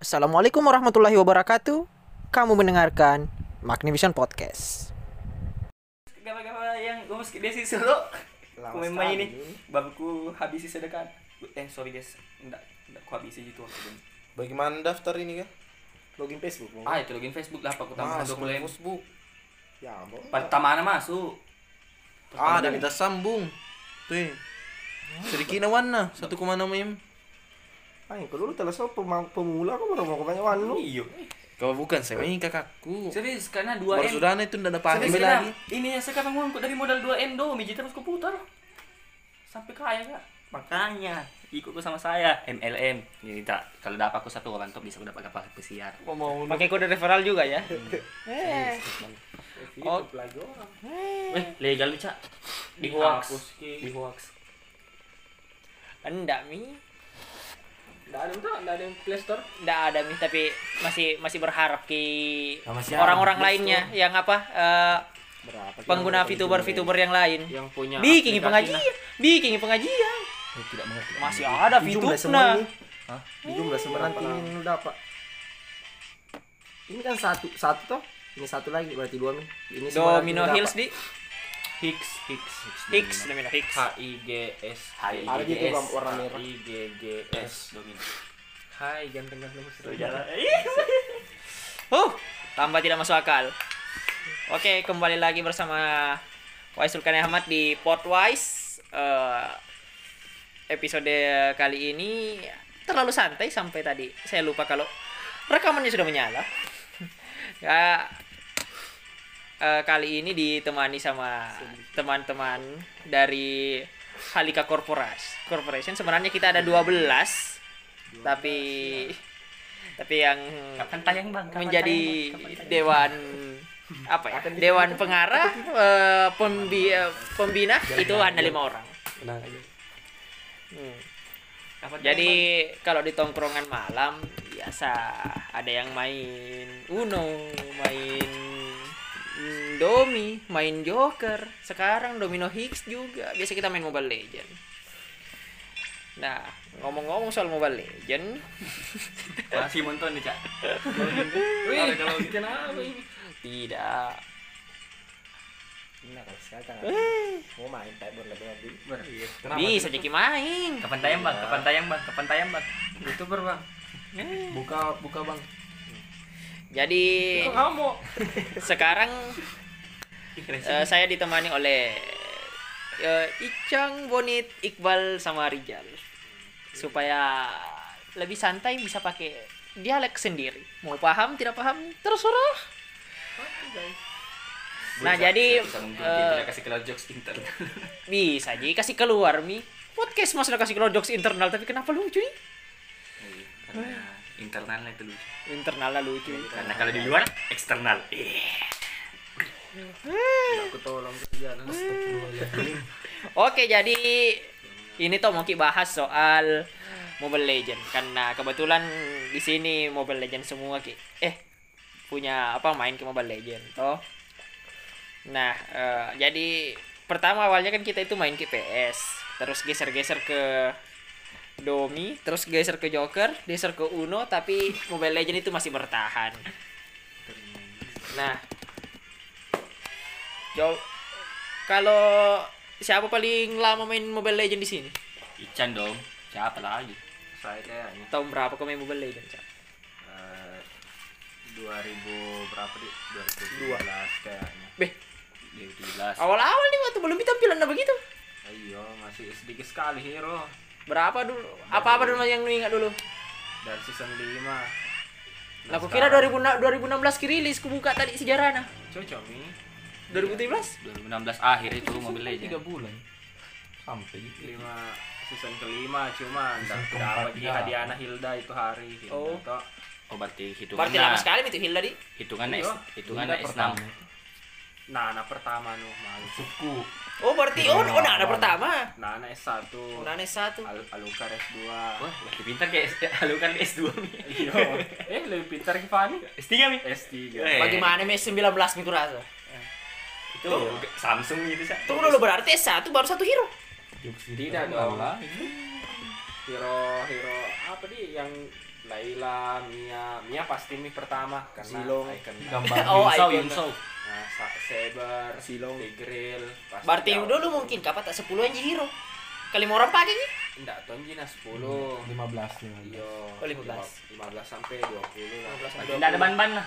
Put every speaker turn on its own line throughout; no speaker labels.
Assalamualaikum warahmatullahi wabarakatuh. Kamu mendengarkan Magnivision Podcast.
Gapa-gapa yang gue meski desi solo Kumemai ini Babku habisi sedekah Eh sorry guys Nggak Nggak ku habisi gitu waktu ini
Bagaimana daftar ini kan? Login Facebook mau?
Ah itu login Facebook lah Pak Kutama
Masuk
dokumen
Facebook. Ya ampun.
Pertama nama masuk
Ah, ada kita sambung. Tuh. ya. Sedikit warna 1,6 m.
Ay, kalau lu telah sopo ma- pemula kok baru mau kebanyakan lu.
Iya
Kau bukan saya ini kakakku.
Serius karena 2M
Baru sudah itu ndak dapat
Serius
ambil
karena
lagi.
Ini ya, yang sekarang uangku dari modal 2M do Mijit terus komputer Sampai kaya kak Makanya Ikut ku sama saya MLM Jadi tak Kalau dapat aku satu orang top Bisa aku dapat kapal pesiar Hmm.
Pakai kode referral juga ya.
Oh. Eh, legal lu, Cak. Di hoax. Di hoax.
Enggak mi,
Enggak ada tuh, enggak ada yang Play Store.
enggak ada mi tapi masih masih berharap ki
Sama siapa?
orang-orang lainnya yang apa eh, pengguna VTuber-VTuber yang lain.
Yang punya
Bikin pengajian, bikin pengajian.
Saya tidak mengerti.
Masih ada VTuber. Nah,
Hah?
Di jumlah semenan tinggi lu dapat. Ini kan satu, satu toh. Ini satu lagi berarti dua nih. Ini semua lagi
Domino
lu
Hills
dapat.
di
Higgs, Higgs, Higgs.
Hicks, Domino Hicks.
H I G S H I
Ada
G
gitu
S
bang, warna merah.
I G G S domino.
Hai, ganteng-ganteng mesra.
Jalan.
Iya. Huh, tambah tidak masuk akal. Oke, kembali lagi bersama Waisul Kani Ahmad di Podwise. Eh, episode kali ini terlalu santai sampai tadi. Saya lupa kalau rekamannya sudah menyala. ya, eh, kali ini ditemani sama teman-teman dari Halika Corporation. Corporation sebenarnya kita ada 12, tapi tapi yang
Kapan tayang bang? Kapan
menjadi
tayang, Bang? Kapan
dewan apa ya dewan pengarah eh, pembi eh, pembina itu ada lima orang
Nah, iya.
Hmm.
tayang? Kapan
jadi kalau di tongkrongan malam biasa ada yang main uno main mm, domi main joker sekarang domino higgs juga biasa kita main mobile legend nah ngomong-ngomong soal mobile legend
tayang? masih monton nih cak. Kalau- Kalau gitu. kenapa ini?
tidak
Nah, kalau sekarang kan mau main tak berlebih-lebih.
Kenapa?
bisa jadi main
Iya. Kapan tayang bang? Kapan tayang bang? Kapan tayang bang?
YouTuber, Bang. Buka buka, Bang.
Jadi
Kamu.
sekarang eh, saya ditemani oleh eh, Icang, Bonit, Iqbal sama Rijal supaya lebih santai bisa pakai dialek sendiri. Mau paham tidak paham terserah. Nah, jadi, eh,
kita kasih kelar jokes intern.
Bisa jadi kasih keluar mi. Podcast mas udah kasih keluar jokes internal tapi kenapa lucu nih?
Iya, karena Internal lah itu lucu.
Internal lah lucu.
Karena kalau di luar eksternal. Eh.
Aku tolong jalan.
Oke, jadi ini tuh mau kita bahas soal Mobile Legend karena kebetulan di sini Mobile Legend semua ki. Eh, punya apa main ke Mobile Legend toh. Nah, eh, jadi pertama awalnya kan kita itu main ke PS, terus geser-geser ke Domi, terus geser ke Joker, geser ke Uno, tapi Mobile Legend itu masih bertahan. Nah, jauh kalau siapa paling lama main Mobile Legend di sini?
Ican dong. Siapa lagi?
Saya kayaknya
Tahun berapa kau main Mobile Legend? Cak?
2000 berapa di? 2012 kayaknya.
Beh,
2017.
awal-awal nih waktu belum tampilan nah begitu.
Ayo, masih sedikit sekali hero
Berapa dulu? Apa-apa dulu yang lu ingat dulu?
dari season 5.
Lah aku kira 2000, 2016 kirilis, ku buka tadi nah. sejarahnya.
Cocok nih.
2017?
2016 akhir itu mobil aja.
gitu.
Lima season kelima cuma dapat dapat di hadiah Hilda itu hari Hilda
Oh.
toh.
Oh berarti hitungan
Berarti lama sekali itu Hilda di.
Hitungan
Iya.
S, hitungan S6.
nah anak pertama nu malu
Oh, berarti oh, oh nah, ada pertama.
nah anak S1
Unanes satu.
Al Alukar S2
Wah, lagi pintar kayak lu kan S2 nih.
Iya. eh lebih pintar Kifani
S3 nih.
S3
Eh.
Bagaimana mes 19 minggu rasa?
Itu Samsung gitu sih.
Tunggu dulu berarti S1 baru satu hero.
tidak dong hero hero
apa di yang Laila, Mia, Mia pasti nih pertama karena
Zilong.
icon.
Gambar
Oh,
Yunso,
icon.
Yunso.
Nah, Sa- Saber,
Silong.
Tigreal, pasti
Berarti
awal.
udah lu mungkin kapan tak 10 anjing hero. Kali mau orang pakai nih.
Enggak, Tonji nah 10.
15
Yo,
Hmm. Oh, 15.
15 sampai 20 lah.
15 sampai
Tapi
Tidak ada ban-ban lah.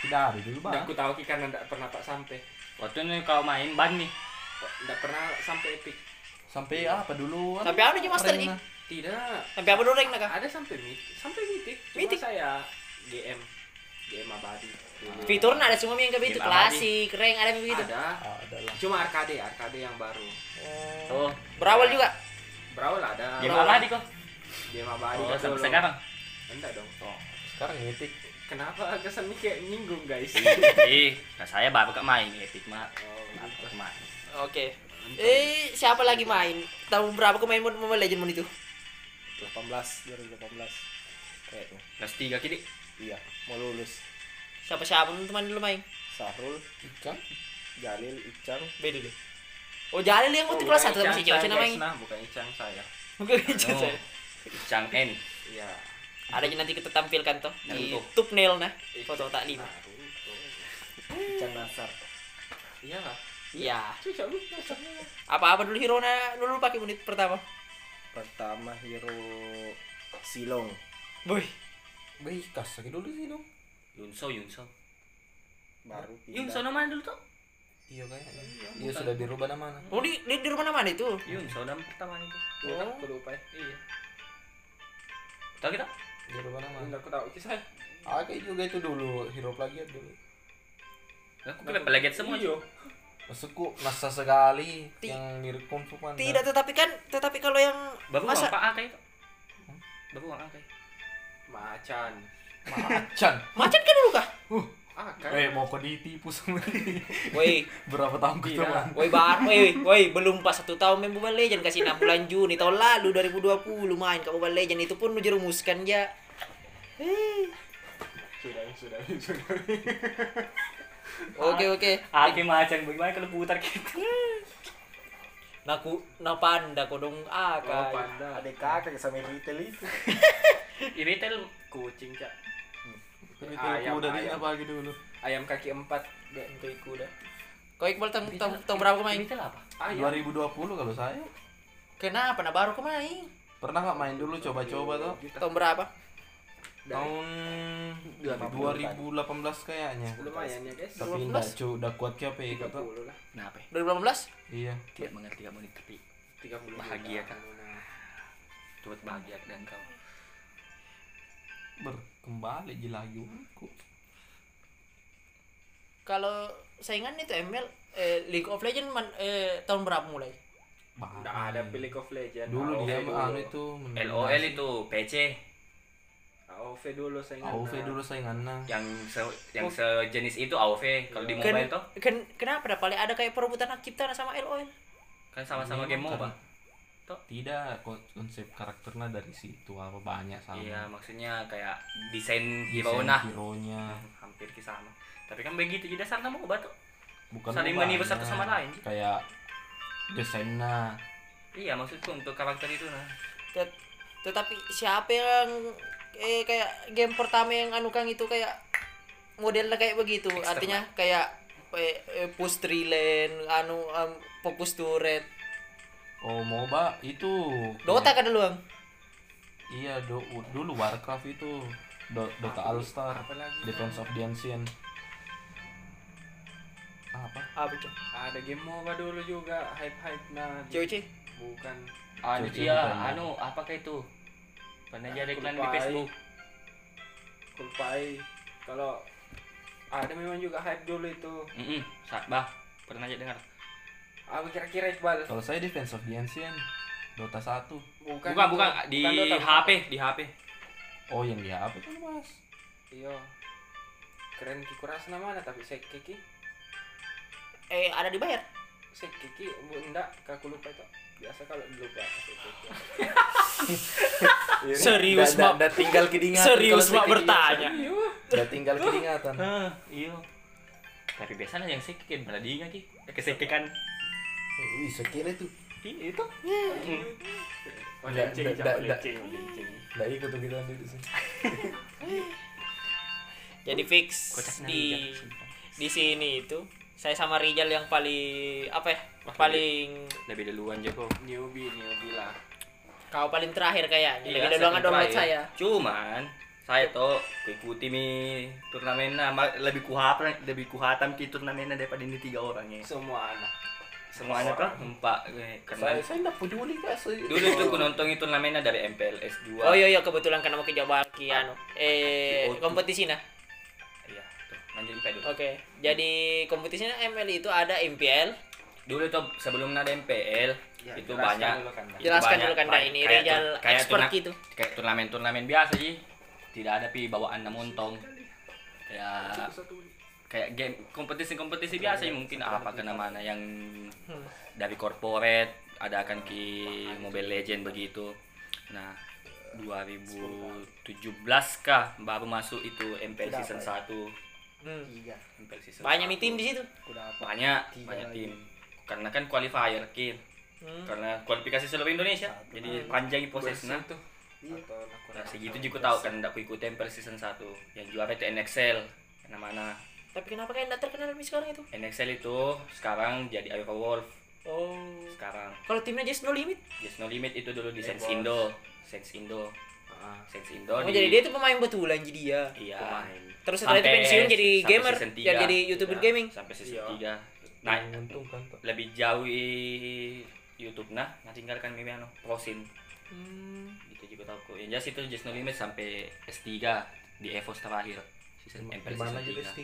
Tidak ada dulu
Enggak
bang.
aku tahu ki karena enggak pernah tak sampai.
Waktu ini kau main ban nih.
Enggak pernah sampai epic.
Sampai apa dulu?
Sampai apa aja master nih?
Tidak.
Sampai apa doreng nah, naga?
Ada sampai mitik, sampai mitik. Cuma
Mythic?
saya GM. GM abadi. Dulu.
Fiturnya ada semua yang kayak itu
Game apa
klasik, rank ada begitu.
Ada.
Ah,
Cuma arcade, arcade yang baru.
Oh,
Berawal juga.
Brawl ada.
game apa nih kok?
Game abadi.
Oh,
kata
sampai
lo.
sekarang.
Enggak dong.
Sekarang ngetik.
Kenapa kesannya kayak nyinggung guys?
Ih, nah saya baru kak main epic mah. Baru kak main.
Oke. Eh, siapa lagi main? Tahun berapa kau main mod Mobile Legend mod itu?
18 2018. Kayaknya.
Kelas tiga kiri.
Iya, mau lulus.
Siapa-siapa lu teman dulu main?
Sahrul, Icang, Jalil, Icang.
Beda dulu. Oh, jalan yang waktu kelas 1 sama si Jauh Cina main.
Nah, bukan Icang saya.
Bukan itu
Oh.
saya.
Chang N.
Iya.
Ada yang nanti kita tampilkan toh di
Naruto.
thumbnail nah foto tak lima.
Icang Nasar.
Iya lah.
Iya.
Cucok lu, cucok lu.
Apa-apa dulu hero na dulu pakai unit pertama.
Pertama hero Silong.
Boy.
Wih, kas sakit dulu sih dong.
Yunso, Yunso.
Baru
Yunso
pindah.
nama dulu tuh?
Iya kayaknya. Iya sudah dirubah namanya.
Oh, di, di, di rumah mana itu?
Yunso nama pertama itu.
Iya, aku lupa ya. Iya.
Tahu kita?
Dirubah nama.
Enggak aku tahu kisah. ya?
Aku juga itu dulu hero plagiat dulu.
Aku kira pelaget semua.
Iya.
Maksudku masa sekali
Ti-
yang mirip kungfu panda.
Tidak, tetapi kan tetapi kalau yang
Baru
masa
apa akai itu? Baru akai.
Macan.
Macan.
macan kan dulu kah?
Ah, kan.
Eh, mau kok ditipu sama ini.
Woi,
Berapa tahun kita
Tidak.
bang?
woi bar, woi, woi belum pas satu tahun main Mobile Legend kasih 6 bulan Juni tahun lalu 2020 main ke Mobile Legend itu pun lu jerumuskan ya.
Eh,
Sudah, sudah, sudah.
Oke oke.
Aki macam Ah, bagaimana kalau putar gitu? kita?
Naku na panda kodong ah
Oh,
kan.
panda.
Ada kakak sama Ritel itu.
Iritel
Kucing, Cak.
Ayam,
Ayam,
udah di
ayam.
apa gitu dulu.
Ayam kaki empat.
Bentuk kuda. Kau Iqbal tahun tahun tahun berapa kau main?
Iritel apa?
Ayam.
2020 kalau saya
Kenapa nah baru kau main?
pernah nggak main dulu coba-coba tuh
Tahun berapa?
tahun 2018 kayaknya
Lumayan ya, guys.
tapi enggak cu udah kuat ke apa ya kau tuh
30 lah.
Kenapa? ya?
2018?
iya
Tidak mengerti kamu ini tapi
30
Bahagia,
juta.
Kak. turut bahagia dan kau.
berkembali lagi aku
Kalau saingan itu ML eh, League of Legends man- eh, tahun berapa mulai?
Nggak ada pilih of Legend.
dulu dia
AOV
anu
dulu.
itu mendominasi.
LOL itu PC
AOV Nah, dulu saya ingat.
AOV dulu saingannya
yang se yang sejenis itu AOV kalau di mobile toh
Ken, kenapa dah paling ada kayak perebutan hak cipta sama LOL?
kan sama-sama game
Memang
MOBA.
tidak kon- konsep karakternya dari situ apa banyak sama
Iya, maksudnya kayak desain hero
Desain
nah
hero-nya.
hampir ke sama. Tapi kan begitu jadi dasarnya MOBA tuh.
bukan
Saling
ubahnya.
menipu satu sama lain.
kayak desainnya
Iya, maksudku untuk karakter itu nah.
Tet- tetapi siapa yang eh kayak game pertama yang anu kang itu kayak modelnya kayak begitu
External.
artinya kayak eh, eh, push three lane anu em, fokus turret
oh MOBA itu
Dota kan dulu bang
Iya, do, dulu Warcraft itu Do- Dota All Star, Defense of the Ancient. Apa?
Ah,
apa cuy
Ada game MOBA dulu juga, hype-hype nah. di-
cuy
Bukan.
Ah,
Cuci
iya,
bukan.
anu apa kayak itu? Pernah jadi
Aku
iklan di
lupa. iya.
Facebook.
Kulpai. Kalau ada memang juga hype dulu itu.
Heeh, Satbah. Pernah aja dengar.
Apa kira-kira Iqbal?
Kalau saya Defense of the Ancient, Dota 1.
Bukan, Kan
Bukan,
itu.
bukan di
Bukan Dota.
HP, di HP.
Oh, yang dia apa itu, Mas?
Iya. Keren ki kuras namanya tapi saya kiki.
eh ada dibayar
Saya kiki bu enggak aku lupa itu. Biasa kalau lupa. saya kiki.
Iya,
serius
Dah- dah-
mak
dah tinggal kedingatan.
serius
kalau
mak
saya
bertanya
kedingatan. Dah tinggal kedingatan.
Heeh, iya. Tapi biasanya yang sekik kan berada di ingat ki. Kesekikan.
Wih, sekira itu.
Ih, itu
Oleh cing,
Da- da-
oleh
da-
cing, oleh cing.
Nggak ikut tuh gitu nanti di sini.
jadi fix
Kocak
di
nari, Jack.
di sini itu saya sama Rijal yang paling apa ya
Wah,
paling
lebih duluan Joko
Newbie, newbie lah.
kau paling terakhir kayaknya
Iya,
lebih duluan
saya
download
terakhir.
saya
Cuman saya tuh ikuti mi turnamennya ma- lebih kuhatam lebih kuhatam ki turnamennya daripada ini tiga orang ya.
Semua anak.
Semuanya tuh empat eh, karena
saya enggak peduli kak. Saya-
dulu tuh
Oh.
aku nonton itu turnamennya dari MPLS 2.
oh iya iya kebetulan karena mau ke Jawa Ki, anu eh
Ah, Di O2.
kompetisi nah
Iya, tuh, lanjut MP dulu.
oke jadi kompetisinya ML itu ada MPL
Dulu tuh sebelum ada MPL itu
jelaskan
banyak
Iya, dulu, Kanda.
itu
jelaskan
banyak-
dulu kan Dah,
banyak-
ini
kayak
Rijal
tur- kayak
expert
turna-
gitu
kayak turnamen-turnamen biasa sih tidak ada pi bawaan na montong ya kayak game kompetisi-kompetisi biasa sih mungkin apa kena mana yang dari corporate ada akan ki Mobile Legend begitu nah 2017 kah baru masuk itu MPL season 1
Hmm.
MPL season
banyak
satu.
nih tim di situ
banyak banyak tim karena kan qualifier kin
Hmm.
karena kualifikasi seluruh Indonesia jadi panjang prosesnya tuh
Iya.
Nah, segitu juga tahu kan ndak ikut tempel season 1 yang juara itu NXL mana-mana
tapi kenapa kayak nggak terkenal nih sekarang itu
NXL itu sekarang jadi Iowa Wolf
oh
sekarang
kalau timnya just no limit
Yes No Limit itu dulu di Saints Indo Saints Indo
Ah.
Saints Indo
oh,
di-
jadi dia tuh pemain betulan jadi dia
iya
Pemain.
terus setelah itu
Sampai-
pensiun jadi
sampai
gamer ya,
season tiga.
jadi jadi youtuber
Iya,
gaming
sampai
Iya.
season 3 nah
kan,
menguntungkan tuh.
lebih jauh i- YouTube nah nah tinggalkan mimi anu prosin
Hmm.
itu juga tahu kok yang jelas itu Just No Limit sampai S3 di Evos terakhir season MPL
Di mana
season
jadi
3
S3?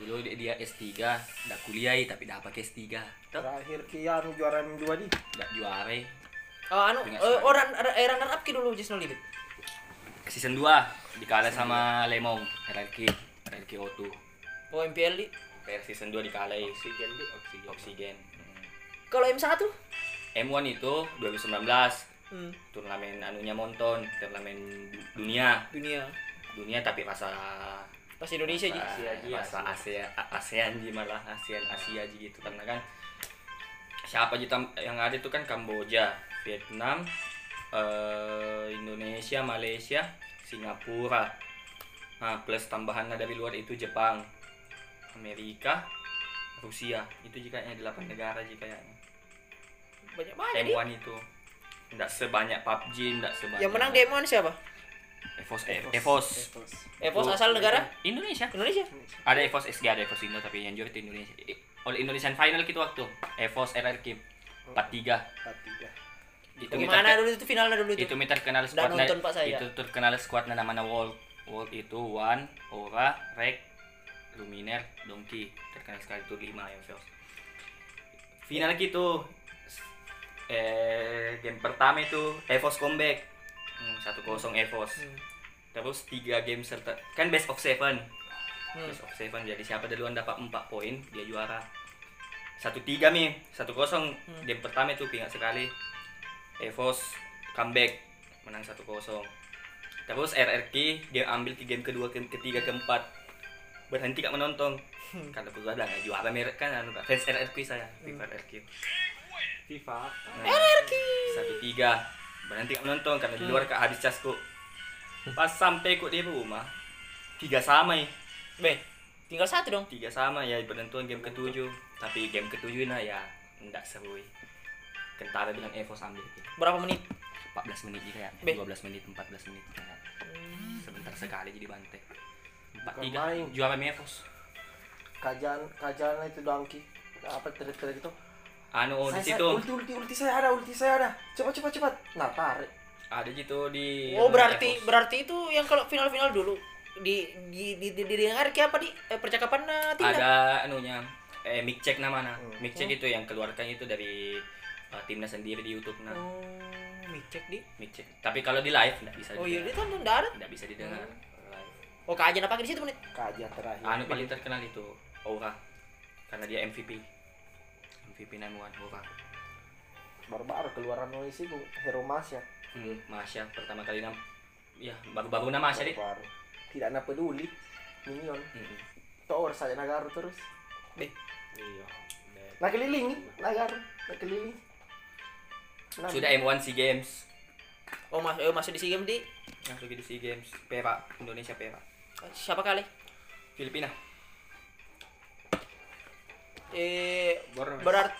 dulu dia, dia S3 udah kuliah tapi udah pakai S3 tuh
Terakhir Kian juara yang dua di.
udah juara
Oh, anu,
Dengan
eh,
sekali.
oh, run- eh, runner up ki dulu just no limit.
season 2 dikalah sama Lemong RRQ RRQ O2
Oh, MPL di.
PR season 2 dikalah
Oksigen di oksigen.
Oksigen
Kalau M1?
M1 itu 2019
Hmm,
turnamen anunya Monton turnamen du- dunia
dunia.
dunia tapi rasa
Pas Indonesia aja.
rasa,
Asia,
rasa Asia A- ASEAN ji malah ASEAN Asia ji gitu karena kan siapa aja tam- yang ada itu kan Kamboja Vietnam eh, Indonesia Malaysia Singapura nah, plus tambahan dari luar itu Jepang Amerika Rusia itu jika kayaknya delapan negara jika kayaknya
Banyak-banyak di.
M1 itu nggak sebanyak PUBG nggak sebanyak
Yang Ya, menang Demon siapa?
Evos Evos
Evos
Itu-
asal negara
Indonesia
Indonesia.
ada EVOS SG ada EVOS Indo tapi yang juara itu Indonesia oleh Indonesian final gitu waktu EVOS RR Kim 43 itu
Gimana
kita
dulu itu finalnya dulu itu?
itu mi terkenal
Udah
squadnya
nonton, Pak, saya.
itu terkenal squadnya namanya World World itu One Aura Rek Luminer Donkey terkenal sekali itu 5 ya EVOS final gitu eh game pertama itu EVOS comeback hmm, 1-0 EVOS
Hmm.
terus tiga game serta kan best of seven
Hmm.
best of seven jadi siapa duluan dapat empat poin dia juara satu tiga mi satu kosong game pertama itu pingat sekali Evos comeback menang satu kosong terus RRQ dia ambil ke game kedua game ketiga keempat berhenti kak menonton karena aku ada nggak juara merek kan anu Kak. fans RRQ saya FIFA RRQ
FIFA.
RRQ Hmm. satu tiga berhenti kak menonton karena di luar kak habis casku pas sampai kok di rumah tiga sama ya
Be. Tinggal satu dong.
tiga sama ya penentuan game ketujuh tapi game ketujuh nah ya enggak seru ya. kentara dengan Evo sambil ya.
Berapa menit?
14 menit sih kayaknya
Beh.
12 menit 14 menit kayak sebentar sekali jadi bantai empat
Bukan
tiga
main.
juara Mevos
Kajian kajian itu donkey. Apa terik-terik itu?
anu di
Saya-
situ
saya- Ulti ulti ulti saya ada, ulti saya ada. Cepat cepat cepat. Nah, tarik.
ada gitu di
Oh, berarti
Evos.
berarti itu yang kalau final-final dulu di di di, di, didengar ki apa di eh, percakapan eh, Tina?
ada anunya eh mic check namanya
Hmm.
mic
Oh.
check itu yang keluarkan itu dari eh, timnas sendiri di YouTube nah
Oh, micek di.
mic check tapi kalau di live enggak bisa
Oh iya, dia
didengar.
tuh enggak ada.
Enggak bisa didengar
Hmm.
live
Oh, kajian apa di situ menit?
Kajian terakhir.
Anu paling terkenal itu Aura karena dia MVP. MVP number one Aura.
Baru-baru keluaran noise itu Hero Mas ya.
Hmm, Masya pertama kali nam ya baru-baru nama Masya deh.
Baru. Tidak ada peduli. Minion.
Hmm.
Tower saya nagaru terus.
Iya.
Nak keliling, nagaru. Nak keliling.
Enam.
Sudah M1 SEA Games.
eh. Oh, masuk eh, masuk di SEA Games di
Masuk di SEA Games perak Indonesia perak.
siapa kali?
Filipina.
Eh
Borneo.
berarti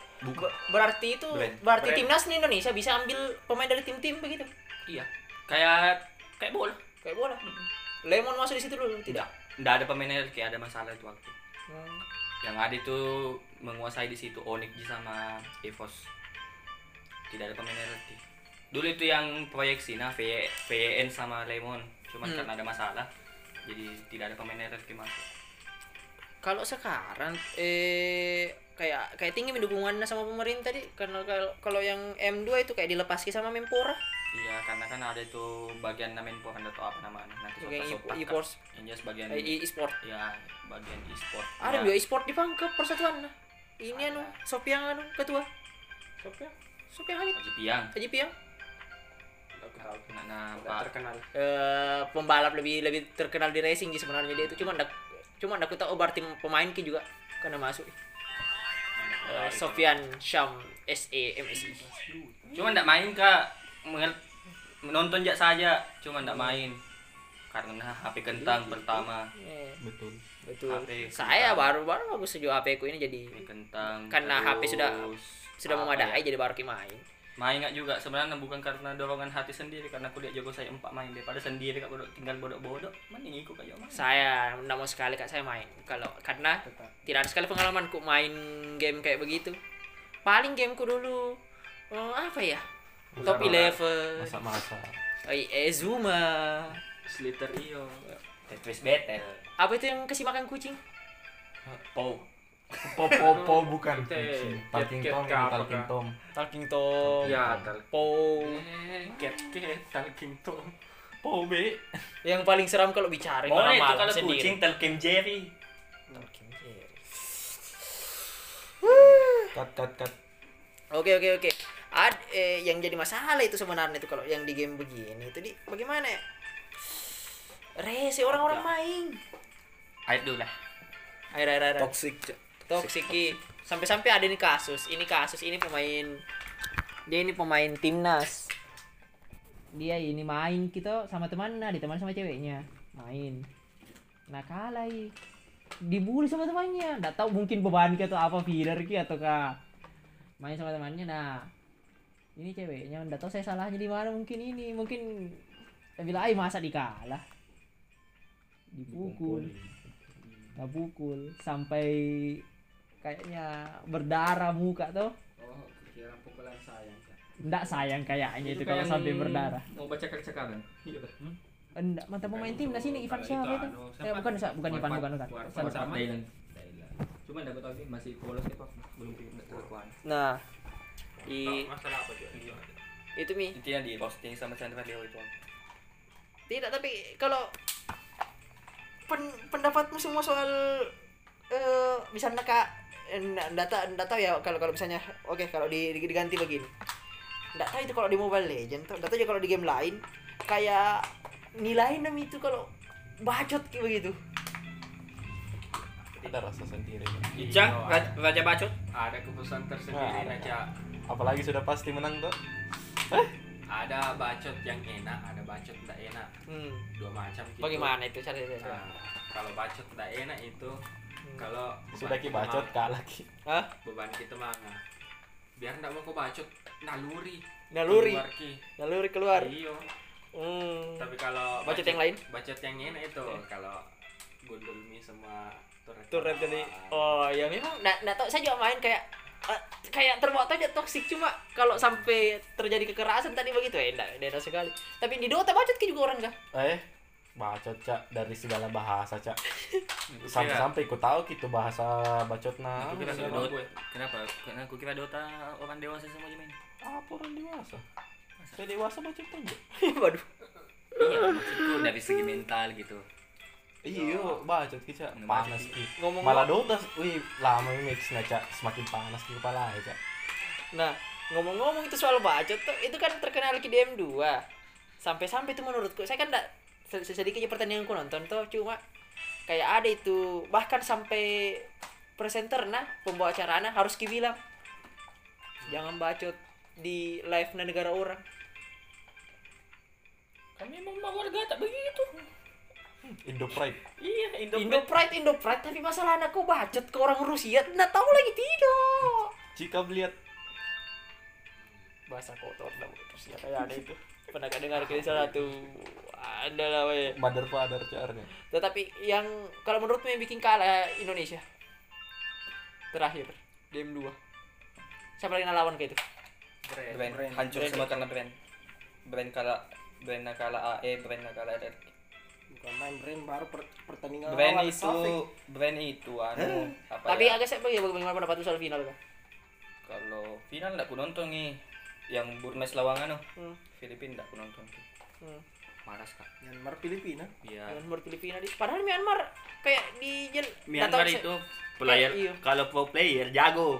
berarti itu
Brand.
berarti
Brand.
timnas nih Indonesia bisa ambil pemain dari tim-tim begitu.
Iya.
Ya,
Kayak kayak bola.
Kayak bola. Lemon masuk di situ dulu tidak?
Nggak ada pemainnya kayak ada masalah itu waktu. Yang ada itu menguasai di situ Onyx sama Evos. Tidak ada pemainnya lagi. Dulu itu yang proyeksi nah V- VN sama Lemon. Cuman
Hmm.
karena ada masalah jadi tidak ada pemainnya lagi masuk.
Kalau sekarang eh kayak kayak tinggi dukungannya sama pemerintah tadi karena kalau kalau yang M2 itu kayak dilepaskan sama Menpora
Iya, karena kan ada itu bagian namen pohon atau apa namanya. Nanti
Bagian
sotak-sotak
e-
kan.
e-sports.
Yang jelas bagian
eh, e- e-sport.
ya bagian e-sport.
Ada
Ya,
bio e-sport di Pangkep persatuan. nah. Ini anu Sopiang anu ketua.
Sofian?
Sopiang Halid.
Haji Piang.
Haji Piang.
Aku tahu.
Nah, nah,
Nggak
Pak.
terkenal.
eh pembalap lebih lebih terkenal di racing sih sebenarnya dia itu cuma ndak cuma ndak tahu bar tim pemain ki juga karena masuk
Ah,
Eh, Sofian Syam SE MSI
Cuma ndak main kak, Mengel- menonton jak saja, cuma ndak main karena HP kentang pertama,
Eh,
Iya.
betul
betul
HP
saya
kentang.
baru baru bagus sejual HP ku ini jadi
HP kentang.
Karena HP sudah-
terus
sudah
Ah, apa
memadai jadi
ya?
baru ki main
Main nggak juga sebenarnya bukan karena dorongan hati sendiri karena aku dia jago saya empat main daripada sendiri kak bodok tinggal bodok-bodok mending ikut kayak main.
saya ndak mau sekali kak saya main kalau karena tidak ada sekali pengalaman ku main game kayak begitu paling gameku dulu eh, apa ya top
Valorant.
11
masa masa
eh, Ezuma
Slither iyo.
Iya.
Tetris Battle.
apa itu yang kasih makan kucing
Pow.
popo bukan
Teh,
talking
cat-cat
tom
kah,
ini talking
apakah?
tom
Talking Tom,
Ya, tal.
Pow.
Cat cat talking tom. Pobe.
Yang paling seram kalau bicara
Mau itu
malam-malam
kalau
sendiri.
kucing telkem Jerry.
Talking Jerry.
cut cut cut
Oke oke oke. Ad, eh, yang jadi masalah itu sebenarnya itu kalau yang di game begini itu di bagaimana ya? Rese orang-orang main.
Ayo dulu lah.
Air air air. air.
toxic Cak.
Toxic. Ki. Sampai-sampai ada ini kasus, ini kasus, ini pemain dia ini pemain timnas. Dia ini main kita sama temannya, ditemani sama ceweknya. Main. Nah kalah ih. dibully sama temannya nggak tahu mungkin beban ke atau apa feeder ki atau kah main sama temannya nah ini ceweknya nggak tahu saya salahnya di mana mungkin ini mungkin saya bilang ay masa dikalah dipukul tak pukul sampai kayaknya berdarah muka tuh
Oh, kira pukulan sayang.
ndak sayang kayaknya itu, kalau sampai berdarah
Mau baca kerjaan. Iya.
enggak mantap pemain tim nah sini Ivan siapa itu eh bukan bukan bukan Ivan bukan bukan Sama- sama.
Cuma enggak tahu sih masih polos sih, Pak. Belum punya kekuatan.
nah i
Masalah apa dia?
itu mi
Intinya di roasting sama Chandra Leo itu.
Tidak, tapi kalau pen- pendapatmu semua soal eh bisa neka eh, data data ya kalau kalau misalnya oke kalau di, di- diganti begini. Data itu kalau di Mobile Legend tuh, data aja kalau di game lain kayak nilai enam itu kalau bacot kayak begitu.
ada rasa sendiri
Ijang,
Iya.
Ra- Raja Bacut.
Ada kepuasan tersendiri
Nah, ada.
aja.
apalagi sudah pasti menang tuh
Ada bacot yang enak, ada bacot tidak enak.
kan gitu.
Hmm.
Dua macam gitu.
Bagaimana itu cara cara?
Nah, kalau bacot tidak enak itu kalau
sudah
beban
ki
kita
bacot
manga-
kalah ki
Hah?
beban kita manga. Biar tidak mau kau bacot naluri.
Naluri,
keluar ki.
naluri keluar.
Iya.
Hmm.
Tapi kalau
Bacot yang lain?
Bacot yang enak itu kalau gundul mie sama turret.
Tuh rap jadi
Oh.
oh ya memang nggak nggak tahu saya juga main kayak eh, kayak terbawa aja toksik cuma kalau sampai terjadi kekerasan tadi begitu ya enggak enggak sekali tapi di Dota bacot ki juga orang kah
eh bacot cak dari segala bahasa cak sampai sampai ku tahu gitu bahasa bacot nah
Aku kira
apa
Dota. Kenapa? Karena aku kira Dota orang dewasa semua aja main.
orang dewasa saya dewasa bacot aja
waduh
Iya, maksudku dari segi mental gitu.
iya bacot ki cak
Ini
panas
bacot,
ki
ngomong
malah Dota wih lama ini mix nah cak semakin panas ki kepala ya cak
nah ngomong-ngomong itu soal bacot tuh itu kan terkenal ki DM2 sampai-sampai itu menurutku saya kan enggak sedikitnya pertandingan ku nonton tuh cuma kayak ada itu bahkan sampai presenter nah pembawa acara nah harus ki bilang jangan bacot di live na negara orang
Kami memang warga tak begitu.
Indo Pride.
Iya, Indo.
Indo Pride Indo Pride tapi masalahnya kau bacot ke orang Rusia nggak tahu lagi tidak
Jika melihat
bahasa kotor lah buat Rusia kayak ada itu pernah gak dengar kali salah satu ada lah weh
mother father caranya.
tetapi yang kalau menurutmu yang bikin kalah eh, Indonesia terakhir game 2 siapa lagi yang lawan kayak itu
brand. Hancur semua karena brand. Brand kala brand nak kalah AE, brand nak kalah RRQ.
Bukan main brand baru per- pertandingan
Brand
lawan
itu,
Taufik.
brand itu anu apa
tapi
ya?
agak saya bagaimana pendapat lu soal final kan
Kalau final tak ku nonton nih. Yang Burmes lawan anu.
Hmm.
Filipina tak ku nonton.
hmm.
Maras kak.
Myanmar Filipina.
Iya.
Myanmar Filipina di padahal Myanmar kayak di jel
Myanmar
nggak tahu
itu
saya-
player
Iya.
kalau pro player jago.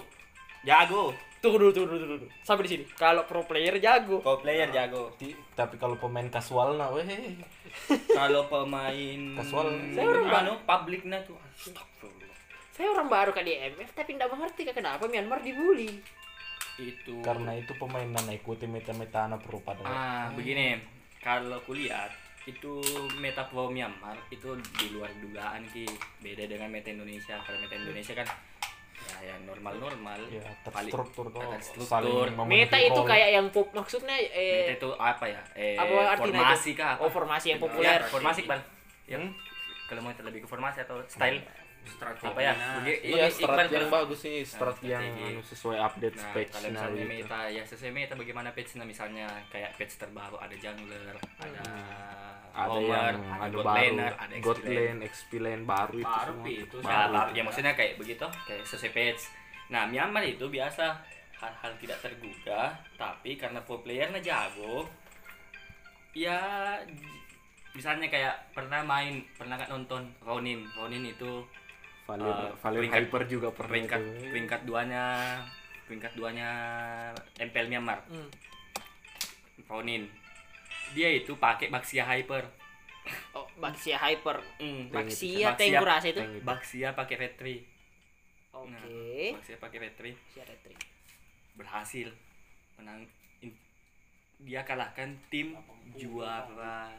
Jago.
tunggu dulu tunggu dulu tunggu dulu sampai di sini kalau pro player jago
Pro player jago.
Ti- Tapi kalau pemain kasual nah weh.
kalau pemain
Kasual.
Saya orang
anu public na tuh. Astagfirullah.
saya orang baru kali di MF tapi tidak mengerti kak, kenapa Myanmar dibully
Itu
Karena itu pemain nana ikuti meta-meta anak perupadan.
Ah, begini. Kalau kulihat itu meta pro Myanmar Nah, itu di luar dugaan ki beda dengan meta Indonesia. Kalau meta Indonesia kan ya, ya normal-normal.
Iya,
Ya,
Paling-
terstruktur kok.
terstruktur.
Saling memenuhi
meta itu
role.
kayak yang pop maksudnya eh
Oh, Meta itu apa ya? Eh,
Apa artinya
formasi
itu?
kah? apa?
Oh, formasi yang populer.
Ya, formasi Iqbal. Ya.
Hmm?
Kalau mau lebih ke formasi atau style apa ya? Bagi-
Iya,
bagi Iqbal
strat yang
kalau-
bagus sih, strat
Nah, strategi.
yang anu, sesuai update
Nah,
patch
kalau
nah
misalnya
gitu.
meta ya sesuai meta bagaimana patch nah misalnya kayak patch terbaru ada jungler, ada
Ada
homer,
yang
ada
ada
god
baru,
laner, ada XP
god
laner.
lane, XP lane baru itu
Baru
semua.
itu,
Nah,
Baru.
baru- ya maksudnya kayak begitu, kayak sesuai patch. Nah, Myanmar itu biasa hal-hal tidak terduga, tapi karena pro playernya jago, ya j- misalnya kayak pernah main, pernah nggak nonton Ronin, Ronin itu
Valir,
eh,
Valir
peringkat-
Hyper juga pernah
peringkat
itu.
peringkat duanya, peringkat duanya MPL Myanmar.
hmm.
Ronin dia itu pakai Baxia Hyper
oh, Baxia Hyper
mm.
Baxia
Baxia.
Tank rasa itu
Tank itu.
Baxia pakai Vetri
oke
Baxia pakai Vetri
Baxia Retri.
berhasil menang in- dia kalahkan tim juara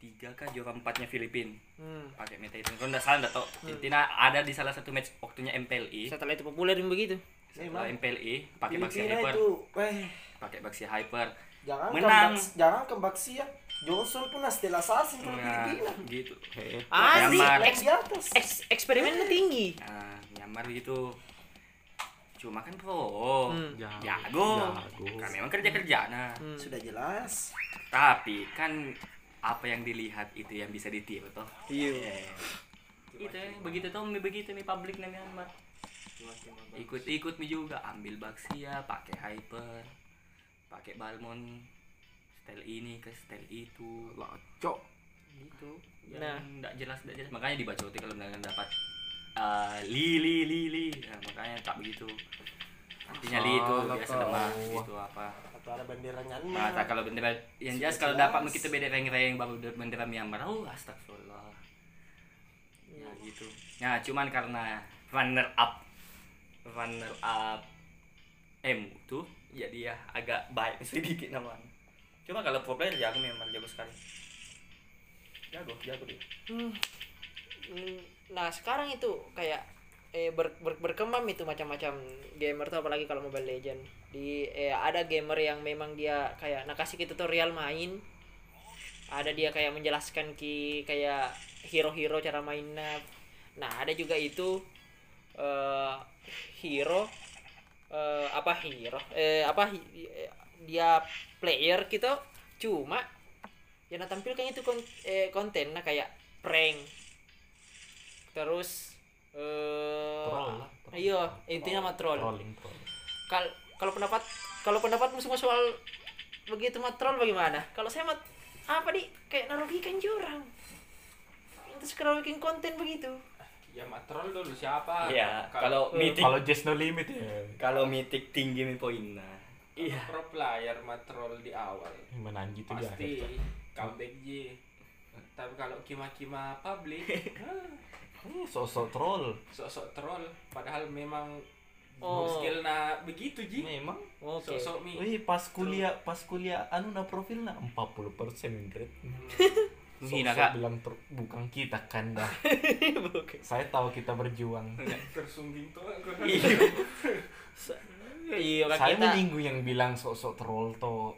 tiga kah juara empatnya Filipin
hmm.
pakai meta itu kalau nggak salah nggak tau Filipina ada di salah satu match waktunya MPLI
Iya. setelah itu populer yang begitu
setelah MPLI E, pakai Baxia
Filipina
Hyper
itu, eh,
pakai Baxia Hyper
jangan
Menang.
kembak, jangan kembak sia. Johnson pun Stella Assassin kalau
nah
Filipina.
gitu
ah sih
Myanmar.
eks-
Di atas.
eks- eksperimennya tinggi
nah nyamar gitu cuma kan pro
Hmm.
Jago.
jago
Jago.
kan memang kerja kerja nah
Hmm.
Sudah jelas.
tapi kan apa yang dilihat itu yang bisa ditiru toh Eh,
Iya.
itu eh, begitu toh mi begitu mi publik namanya Myanmar ikut ikut mi juga ambil baksia pakai hyper pakai balmon style ini ke style itu
Locok.
gitu
Nah.
nah nggak jelas nggak jelas makanya dibacoti kalau benar dapat eh, li li li li Nah, makanya tak begitu artinya li itu
Salah
biasa
kau.
lemah gitu apa
Atau ada bendera
nah,
Myanmar.
tak kalau bendera yang jelas kalau
Jelas.
dapat kita beda reng-reng baru de- bendera Myanmar oh astagfirullah ya gitu nah cuman karena runner up runner up M tuh jadi ya agak baik sedikit namanya cuma kalau pro player jago Myanmar jago sekali jago jago dia
Hmm. Hmm, nah sekarang itu kayak eh ber- ber- berkembang itu macam-macam gamer tuh apalagi kalau Mobile Legend di eh, ada gamer yang memang dia kayak nah kasih kita tutorial main ada dia kayak menjelaskan ki kayak hero-hero cara mainnya nah ada juga itu eh hero eh, apa hero eh apa hi- eh, dia player gitu cuma yang nak tampilkan itu kon eh, konten nah kayak prank terus eh
Troll.
iya intinya mah troll
Trolling, trolling.
Kal kalau pendapat kalau pendapatmu semua soal begitu mah troll bagaimana? Kalau saya mah apa di kayak kan naruhikan jurang. Itu sekarang bikin konten begitu.
Ya matrol dulu siapa?
Iya,
kalau
kalau mitik
Kalau just no limit ya.
kalau mitik tinggi mi poinnya.
iya. pro player matrol di awal
Menanji itu
pasti
jahat.
comeback J. Tapi kalau kima-kima public, ah,
Eh, Sosok troll.
sok-sok troll padahal memang
Oh.
skill nah begitu ji
Memang.
Oke.
sok-sok mi
Wih, pas kuliah, pas kuliah anu na profil na 40 persen grade.
Hina,
Sok-sok
Kak.
bilang ter- bukan kita kan dah.
Oke.
Saya tahu kita berjuang.
tersungking tuh
Iya. Se- Iya, orang
Saya
kita.
menyinggung yang bilang sok-sok troll to.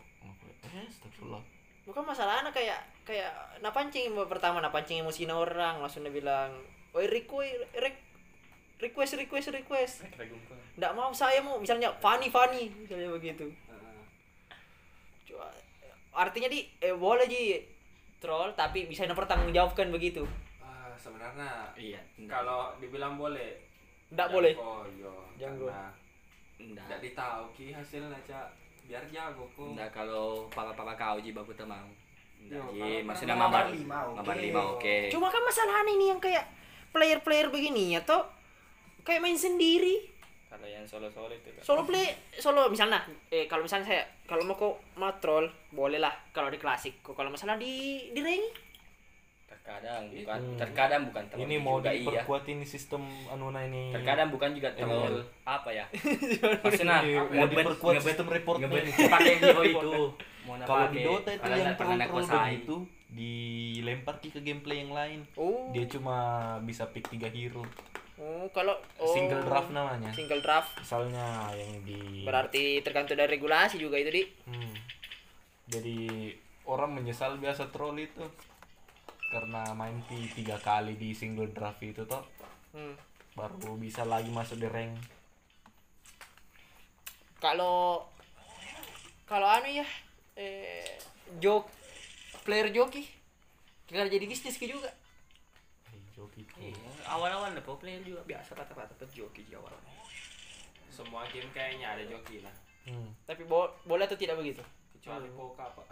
Eh, astagfirullah.
Bukan masalah anak kayak kayak na pancing yang pertama na pancing emosi na orang langsung dia bilang, "Oi, request request request request." Nggak mau saya mau misalnya Fani Fani misalnya begitu.
Ah,
Cua- Artinya di eh boleh ji troll tapi bisa dipertanggungjawabkan begitu.
Ah, sebenarnya
Iya.
kalau dibilang boleh
Nggak Ah, boleh.
oh yo
Jago.
tidak
Nggak.
ditahu ki hasilnya cak biar jago kok
Nggak kalau papa-papa kau ji baku temang. Nggak iya,
Yo,
ji,
kalau
maksudnya
pernah
mabar
mabar lima, oke.
Mabar lima oke.
Cuma kan masalahnya ini yang kayak player-player begini ya toh kayak main sendiri
Kalau yang solo-solo itu kan.
solo play solo misalnya eh kalau misalnya saya kalau mau kok mau troll boleh lah kalau di klasik Kok kalau masalah di di rank
Terkadang bukan
Itu. Hmm.
terkadang bukan terlalu
Ini mau
juga iya.
diperkuat ini sistem anu na ini.
Terkadang bukan juga terlalu apa ya? Maksudnya apa
Iya,
ya,
mau
ngebet-
diperkuat
ngebet-
sistem reportnya.
ngebet pakai Leo itu. Mau nak
Kalau di
pakai,
Dota itu
padahal
yang
nggak pernah nak
troll-troll
kuasai.
begitu dilempar ki ke gameplay yang lain.
oh
Dia cuma bisa pick 3 hero.
oh kalau oh,
Single draft namanya.
single draft
Misalnya yang di
berarti tergantung dari regulasi juga itu di
Hmm. Jadi orang menyesal biasa troll itu karena main di tiga kali di single draft itu toh
Hmm.
baru bisa lagi masuk di rank.
kalau kalau anu ya eh jok player joki kita jadi bisnis ki juga
Hey, joki.
Iya, awal-awal lah pro player juga biasa rata-rata pejoki di awal.
semua game kayaknya ada joki lah
Hmm.
tapi bo- boleh atau tidak begitu
kecuali poka pak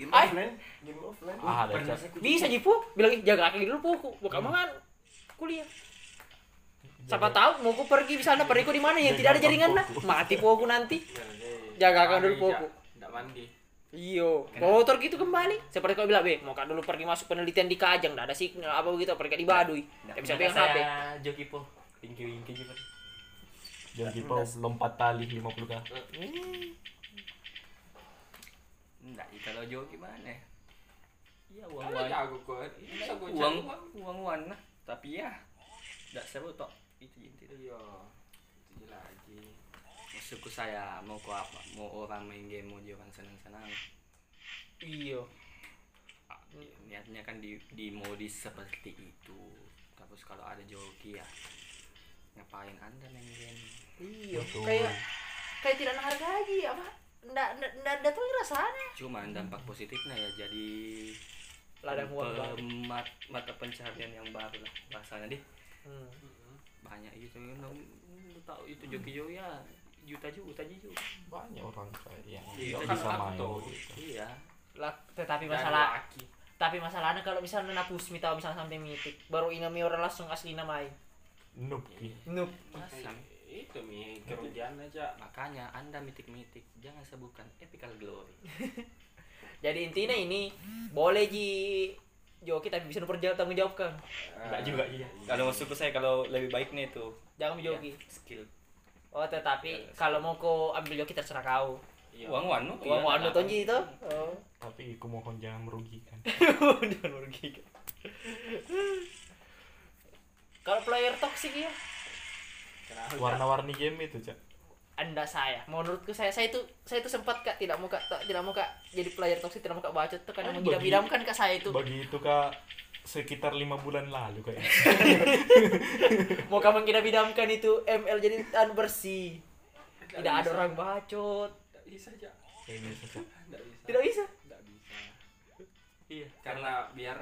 Game
Ay.
offline, game offline.
Ah, ada cak.
bisa jipu bilang "Ih, jaga kaki dulu puku bukan mangan kuliah siapa tahu mau ku pergi misalnya periku di mana yang tidak ada jaringan lah mati puku nanti
Iya,
Jaga kau dulu, Poku.
tidak mandi
iyo motor gitu kembali seperti kau bilang be mau kan dulu pergi masuk penelitian di kajang tidak ada signal apa begitu pergi di baduy tidak bisa pegang hp
Joki po. Tinggi-tinggi juga.
Joki pau lompat tali 50 k.
Enggak, kalau joki mana? Iya,
kalau
uang-uang.
jago kok bisa gua
uang
cari uang
uang warna tapi ya tidak seru tok itu inti
iya Itu je lagi
maksudku saya mau ke apa mau orang main game mau dia orang senang senang
iyo
Ah, niatnya kan di di modis seperti itu terus kalau ada joki ya ngapain anda main game
iyo
Betul.
kayak kayak tidak ada harga lagi apa ndak ndak ndak ada tuh rasanya
cuman dampak positifnya ya jadi
ladang uang
pe-
banget
mat- mata pencaharian yang baru lah bahasanya deh
hmm.
banyak itu yang yang tahu itu joki joki ya juta juta juga
Banyak orang kayak yang
Iya,
nggak bisa
kan
main.
tuh.
gitu.
iya
lah tetapi
Dan
masalah
laki
tapi masalahnya kalau misalnya napus mita misalnya sampai mitik baru inami orang langsung asli namai
Noob ki.
noob
masang
itu mi kerugian aja
Makanya Anda mitik-mitik jangan sebutkan ethical glory.
jadi intinya ini boleh ji joki tapi bisa berjawab tanggung jawabkan
Ah,
Enggak juga iya. Kalau maksudku saya kalau lebih baiknya itu
jangan joki
ya, skill.
oh tetapi kalau mau kau ambil joki terserah kau
Uang wanu.
uang
iya,
uang
nah.
nonton ji itu oh.
Tapi aku mohon jangan merugikan.
jangan merugikan kalau player toxic ya
Warna-warni game itu cak.
anda saya menurutku saya saya itu saya itu sempat kak tidak mau kak tidak mau kak jadi player toxic tidak mau kak bacot tuh karena
Ah,
mengidam idamkan kak saya itu
Bagi itu kak sekitar lima bulan lalu ya. kayak.
mau kak mengidam idamkan itu ml jadi tan bersih tidak ada orang bacot
tidak bisa aja
Kayak biasa, Cak.
tidak bisa
tidak bisa
tidak bisa
Iya.
karena biar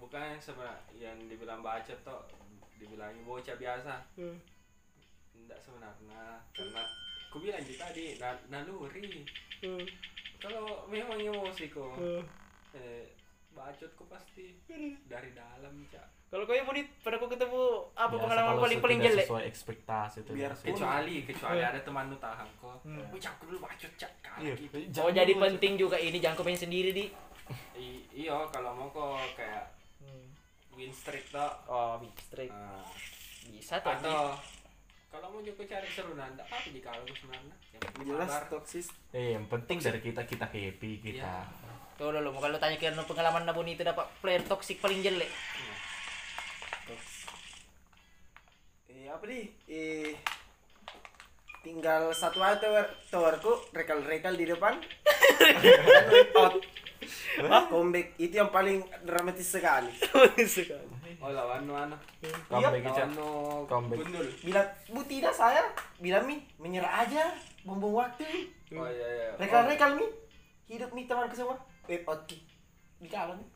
bukan sebenarnya yang dibilang bacot toh dibilangnya bocah biasa
Hmm.
tidak sebenarnya karena ku bilang juga tadi na- naluri
Hmm.
kalau memang emosi
Gitu.
kok
Hmm.
eh, bacot ku pasti dari dalam cak
Kalau kau yang bonit, pada kau ketemu apa
Biasa
pengalaman
kalau
paling paling
tidak
jelek? Oh,
Sesuai ekspektasi itu. ya. Iya.
Biar
biasa.
kecuali kecuali ada teman lu tahan kok
Hmm.
wih cak aku dulu bacot cak kan?
Iya,
kaki
Oh
jangan
jadi
dulu, Cak.
penting juga ini jangan kau main sendiri di.
I- iyo kalau mau kok kayak
Hmm.
win streak toh
Oh, big strike
Nah,
bisa tuh.
atau Kalau mau Joko cari serunan, tak apa-apa jika aku sebenarnya. nah. Yang penting
jelas
sabar.
toksis
Eh, yang penting dari kita kita happy kita.
Iya.
Tuh lo, lo, kalau tanya kira pengalaman Naboni itu dapat player toxic paling jelek.
eh apa nih eh tinggal satu aja tower towerku rekal rekal di depan out comeback itu yang paling dramatis sekali
Oh lawan no anak.
Comeback Ica.
Lawan no
Comeback.
gundul.
bilang bu tidak saya bilang mi menyerah aja bumbung waktu
Oh iya iya.
rekal rekal mi hidup mi temanku semua eh out Ki. di kalah mi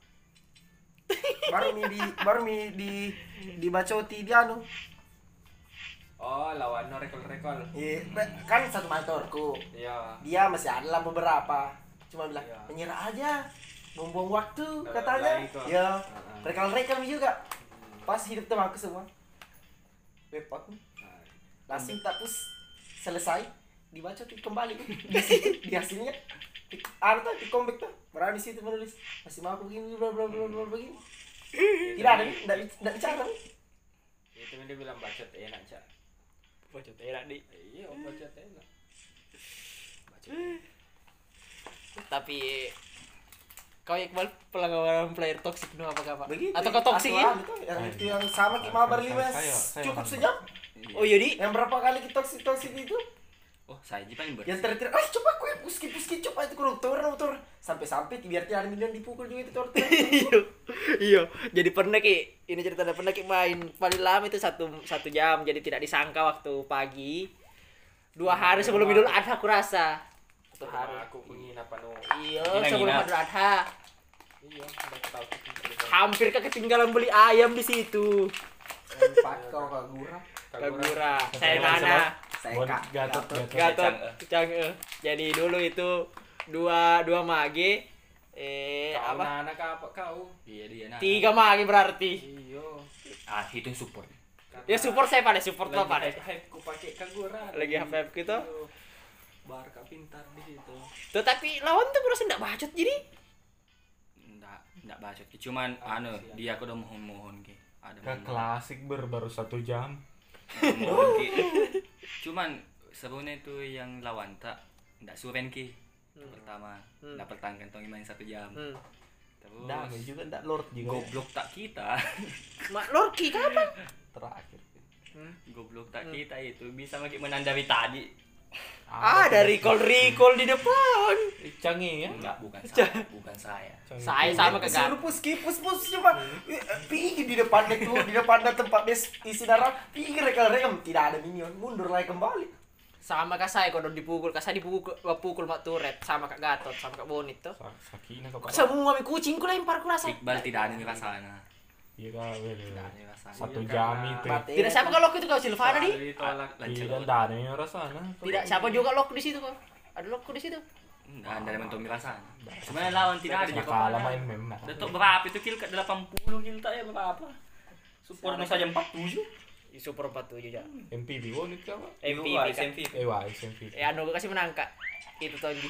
baru mi di baru mi di dibacoti dia anu
Oh lawan no rekol rekol.
Eh, kan satu mantorku
Iya.
dia masih ada lah beberapa cuma bilang
Iya.
menyerah aja buang-buang waktu
Nah,
katanya
lain kok.
ya
Heeh.
rekal-rekal juga pas hidup temanku semua repot
Nah,
langsung tak push selesai dibaca tuh kembali di situ di hasilnya Di- ada tuh di comeback tuh berani situ menulis masih mau aku begini bla bla bla bla bla, begini
itu
tidak ada
mi-
tidak tidak bicara Mi.
Itu mi dia bilang bacot enak cak.
Bocot enak nih.
Iya bacot enak.
Tapi kau Iqbal pengalaman player toxic nu apa apa?
begitu
Atau kau toxic
Atau
ya?
ada tuh, yang itu yang sama kita mabar lima
Saya- saya-
cukup
saya-
sejam
Oh iya di.
yang berapa kali kita toxic toxic itu
Oh, saya aja paling
Iya.
ber.
yang teritir ah coba kue puski puski coba itu kurang tur tur sampai sampai biar tiada miliar dipukul juga itu tur tur
Iya. Iya. Jadi pernah ki ini cerita ada pernah ki main paling lama itu satu satu jam jadi tidak disangka waktu pagi dua hari sebelum Idul Adha aku rasa satu hari
Aku penginapan no.
iya
Nginang-nginang.
sebelum Idul Adha
Iya baca tahu tuh.
hampir ke ketinggalan beli ayam di situ
empat kau kagura
Kagura saya
Kagura.
nana
Bon-
seka
Gatot, Gatot.
Gatot
Cangeh.
Cangeh. Jadi dulu itu dua dua mage eh
Kau
apa?
anak apa nah, kau?
Iya dia nah.
Tiga mage berarti.
Iya.
Ah, itu yang support.
Karena
Ya support saya pada support lah
Iya. lagi
pada.
hype- hype ku pakai kagura.
Lagi gitu? hype-hype ku tuh.
Iya. Barca pintar di situ.
Tuh tapi lawan tuh kurasa enggak bacot jadi.
Enggak, enggak bacot. Cuman anu, dia aku udah mohon-mohon ke. Ada
Ke
mohon
klasik ber baru satu jam.
mohon ke. Cuman sebenarnya itu yang lawan tak enggak suren ke. Pertama, enggak pertahankan kantongi main satu jam.
Hmm.
Nah,
Terus
juga enggak lord juga.
goblok tak kita.
Mak Lorki kapan?
Terakhir.
goblok tak kita itu bisa makin menandai tadi.
Ah, dari recall recall di depan.
Canggih ya.
Enggak, bukan saya, bukan saya.
Saya sama ke
suruh puski pus pus coba Eh, eh, pergi di depan deh tuh di depan deh tempat des isi darah pergi rekam rekam tidak ada minion mundur lagi kembali
sama kak saya kalau dipukul kak saya dipukul pukul mak Turet sama kak Gatot sama kak Bonit tuh.
Sakina kok.
Semua mi kucing ku lempar ku rasa.
Iqbal tidak ada di sana.
Iya kak. boleh,
Tidak
boleh.
ada di sana.
Satu
Iya,
jam
karena
itu.
Mati.
Tidak siapa kalau itu kau Silvana di.
Lalu ditolak.
Iya,
Lanjut.
Tidak ada yang rasa nah.
Tidak siapa juga lock di situ kok. Ada lock di situ.
Enggak ada yang mentomi rasanya. Sebenarnya lawan tidak ada juga.
Kalah main memang.
Detok berapa itu kill kat 80 kill tak ya berapa? Support masa jam 47.
Isu perempat tujuh ya.
MPB won itu apa?
MVP
Wah,
kan.
SMP.
Eh wah, SMP.
Ya anu kasih menangkak. Itu Tonji.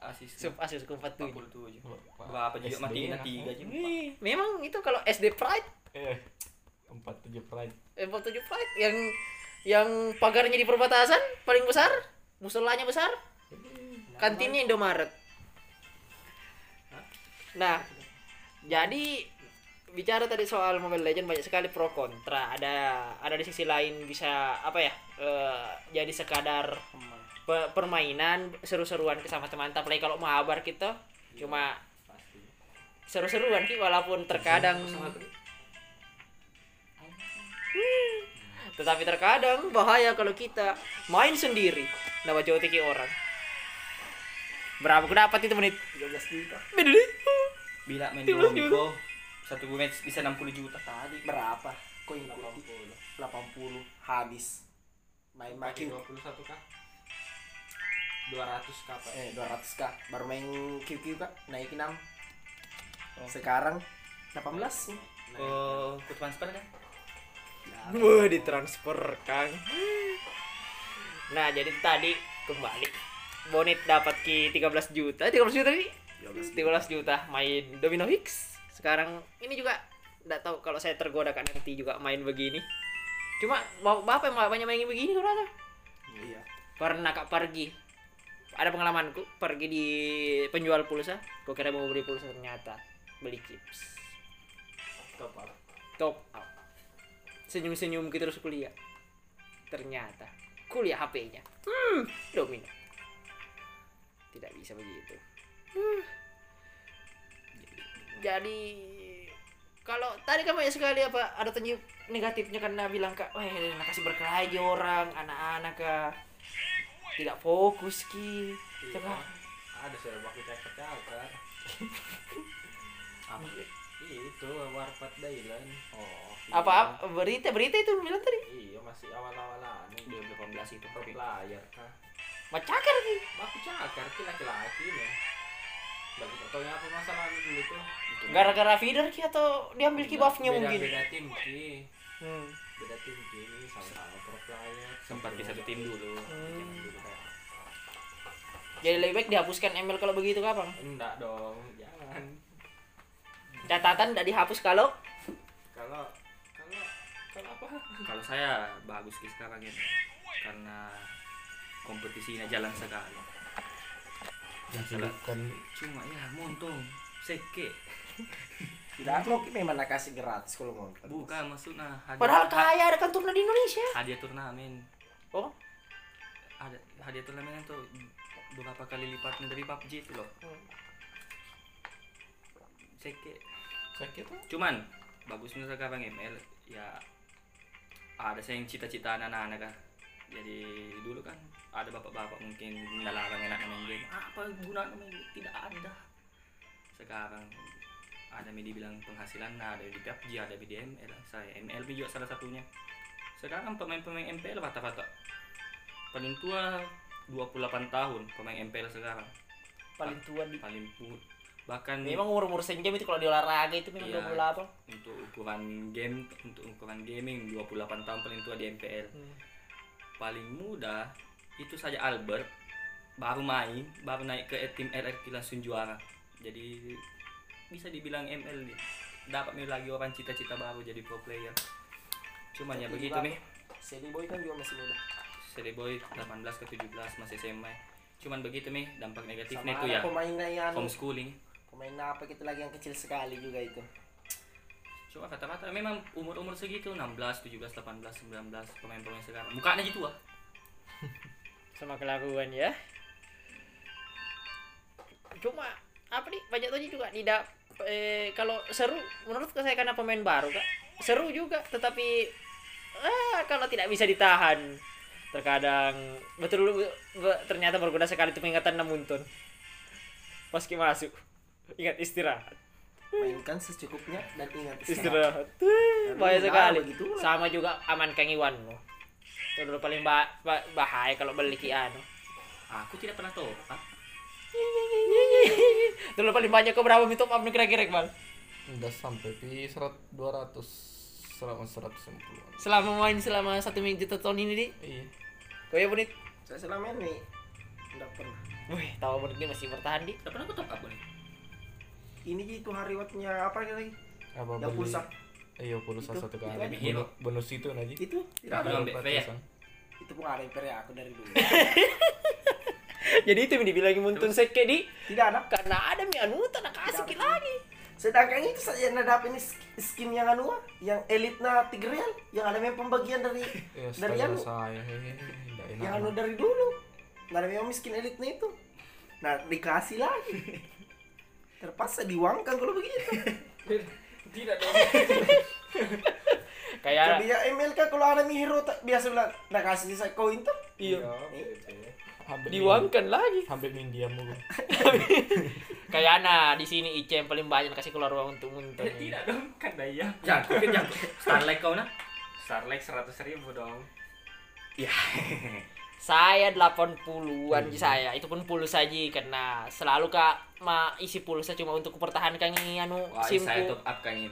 Asis
Sub asus ke 47.
47.
Wah,
Berapa juga
SD
mati
nah.
na 3 je.
Ih, Memang itu kalau SD Pride,
Eh, empat tujuh pride.
eh, 47 Pride yang yang pagarnya di perbatasan paling besar, musolanya besar, kantinnya Indomaret. Nah, jadi bicara tadi soal Mobile Legend banyak sekali pro kontra. Ada ada di sisi lain bisa apa ya? eh, jadi sekadar pe- permainan seru-seruan ke sama teman tapi kalau mabar gitu cuma seru-seruan ki walaupun terkadang Hmm. tetapi terkadang bahaya kalau kita main sendiri nama jauh tiki orang berapa ku dapat itu menit
13 juta
Menit.
Bila main dua Miko satu match bisa 60 juta tadi.
Nah.
berapa koin 80 80 habis main
Pakai
makin
21 kah? 200 kah Pak?
eh 200 k baru main QQ kak naik 6 sekarang 18 sih
Oh, ku transfer kan?
Wah, ditransfer Kang. Nah, jadi tadi kembali Bonit dapat ki 13 juta, 13 juta nih. 13 juta main Domino Hicks. Sekarang ini juga nggak tahu kalau saya tergoda kan nanti juga main begini. Cuma bap- bapak yang banyak main begini kurang
Iya.
Pernah kak pergi. Ada pengalamanku pergi di penjual pulsa. Kau kira mau beli pulsa ternyata beli chips.
Top up.
Top up. Senyum-senyum gitu terus kuliah. Ternyata kuliah HP-nya. Hmm, domino. Tidak bisa begitu. Hmm. Jadi kalau tadi kan banyak sekali apa ada tanyu negatifnya karena bilang kak, eh kasih berkelahi aja orang, anak-anak kak tidak fokus ki. Coba
Iya. Ada sudah baku cakap cakap. Apa? Iya, Itu warpat Dailan. Oh.
apa, apa berita berita itu lu bilang tadi
Iya masih awal-awal anu dia
2018 itu
pro player kah?
macakar ki.
Baku cakar ki laki-laki nih. Baku tahu apa masalah anu dulu tuh.
Gara-gara feeder ki atau diambil ki buffnya
Beda-
mungkin.
Beda tim ki.
Hmm.
Beda tim ki ini sama-sama pro player.
sempat di satu tim dulu
Hmm.
Jangan dulu kayak
Jadi lebih baik dihapuskan ML kalau begitu kapan?
enggak dong, Ya, jangan.
Catatan tidak dihapus kalau
Kalau kalau kalau apa?
kalau saya bagus sih sekarang ya karena kompetisinya jalan sekali
Bukan
cuma ya montong seke
Tidak mungkin memang kasih gratis kalau mau.
bukan maksudnya hadiah
padahal kan kaya ada kantornya di Indonesia.
hadiah turnamen
Oh.
ada hadiah turnamen itu beberapa kali lipatnya dari PUBG itu loh seke
sakit tuh.
cuman bagusnya sekarang ML ya ada saya yang cita-cita anak-anak kan jadi dulu kan ada bapak-bapak mungkin melarang enak main game apa gunanya main game? tidak ada sekarang ada yang dibilang penghasilan nah ada di PUBG ada di ML saya ML juga salah satunya sekarang kan pemain-pemain MPL rata-rata paling tua 28 tahun pemain MPL sekarang
Paling tua di.
paling tua bahkan
Memang umur-umur senjam itu kalau di olahraga itu memang
Iya.
udah mulai apa?
untuk ukuran game untuk ukuran gaming 28 tahun paling tua di MPL
Hmm.
paling muda itu saja Albert baru main baru naik ke tim RRQ langsung juara jadi bisa dibilang ML nih dapat nih lagi orang cita-cita baru jadi pro player cuman ya begitu nih
Sally Boy kan juga masih muda.
Celeboy 18 ke 17 masih SMA cuman begitu nih dampak negatifnya
Sama
itu ya
ada pemainnya yang
homeschooling
pemain apa kita lagi yang kecil sekali juga itu.
Cuma kata-kata memang umur-umur segitu 16, 17, 18, 19 pemain-pemain sekarang. Mukanya gitu ah.
Sama kelakuan ya. Cuma apa nih banyak tuh juga tidak eh, kalau seru menurut saya karena pemain baru kak seru juga tetapi ah, kalau tidak bisa ditahan terkadang betul be- be- ternyata berguna sekali itu peringatan namuntun paski masuk ingat istirahat
Mainkan secukupnya dan ingat
istirahat Tuh, bahaya sekali
begitu lah.
sama juga aman kang Iwanmu itu dulu paling ba- ba- bahaya kalau beli kian
Aku tidak pernah tahu. Ah,
dulu paling banyak kau berapa minta maaf nih kira-kira Iqbal
Udah sampai di 100 200 selama 150.
selama main selama satu minggu satu tahun ini di
Iya.
kau ya bunit
Saya selama ini tidak pernah.
wih tahu bunit ini masih bertahan di
tidak pernah aku top up nih.
Ini itu hari watnya apa lagi?
Apa
Yang
beli?
pulsa.
Iya, pulsa
Itu,
satu
itu
kali.
ada.
Bonus, bonus itu Naji.
Itu tidak
Belum,
ada.
Be.
Empat
Be, ya?
pasang.
Itu pun ada yang peri aku dari dulu.
jadi itu yang dibilangin muntun seke di
tidak ada.
karena ada mi anu tanah kasih ki lagi
Sedangkan itu saja yang ada gitu, ini skin yang anu ah, yang elitna tigreal yang ada memang pembagian dari
Iya,
dari
astaga
anu
saya. Hehehe, nggak
yang anu
enak.
dari dulu nggak ada memang miskin elitnya itu nah dikasih lagi terpaksa diwangkan kalau begitu
Tidak dong.
kayak
jadi ya MLK kalau ada mi hero tak- biasa bilang nah kasih saya koin tuh
iya
Bebe.
Hampir
diwangkan lagi
Hampir mindiam gua.
kayak Ana di sini Ice yang paling banyak kasih keluar uang untuk muntun
Eh, Tidak dong, kan daya.
Jangan, jangan. Starlight kau nah.
Starlight seratus ribu dong.
Ya.
Saya 80-an
Iya.
saya, itu pun pulsa aja karena selalu Kak ma isi pulsa cuma untuk pertahankan ini anu
Wah, saya
simku.
top up kan ini.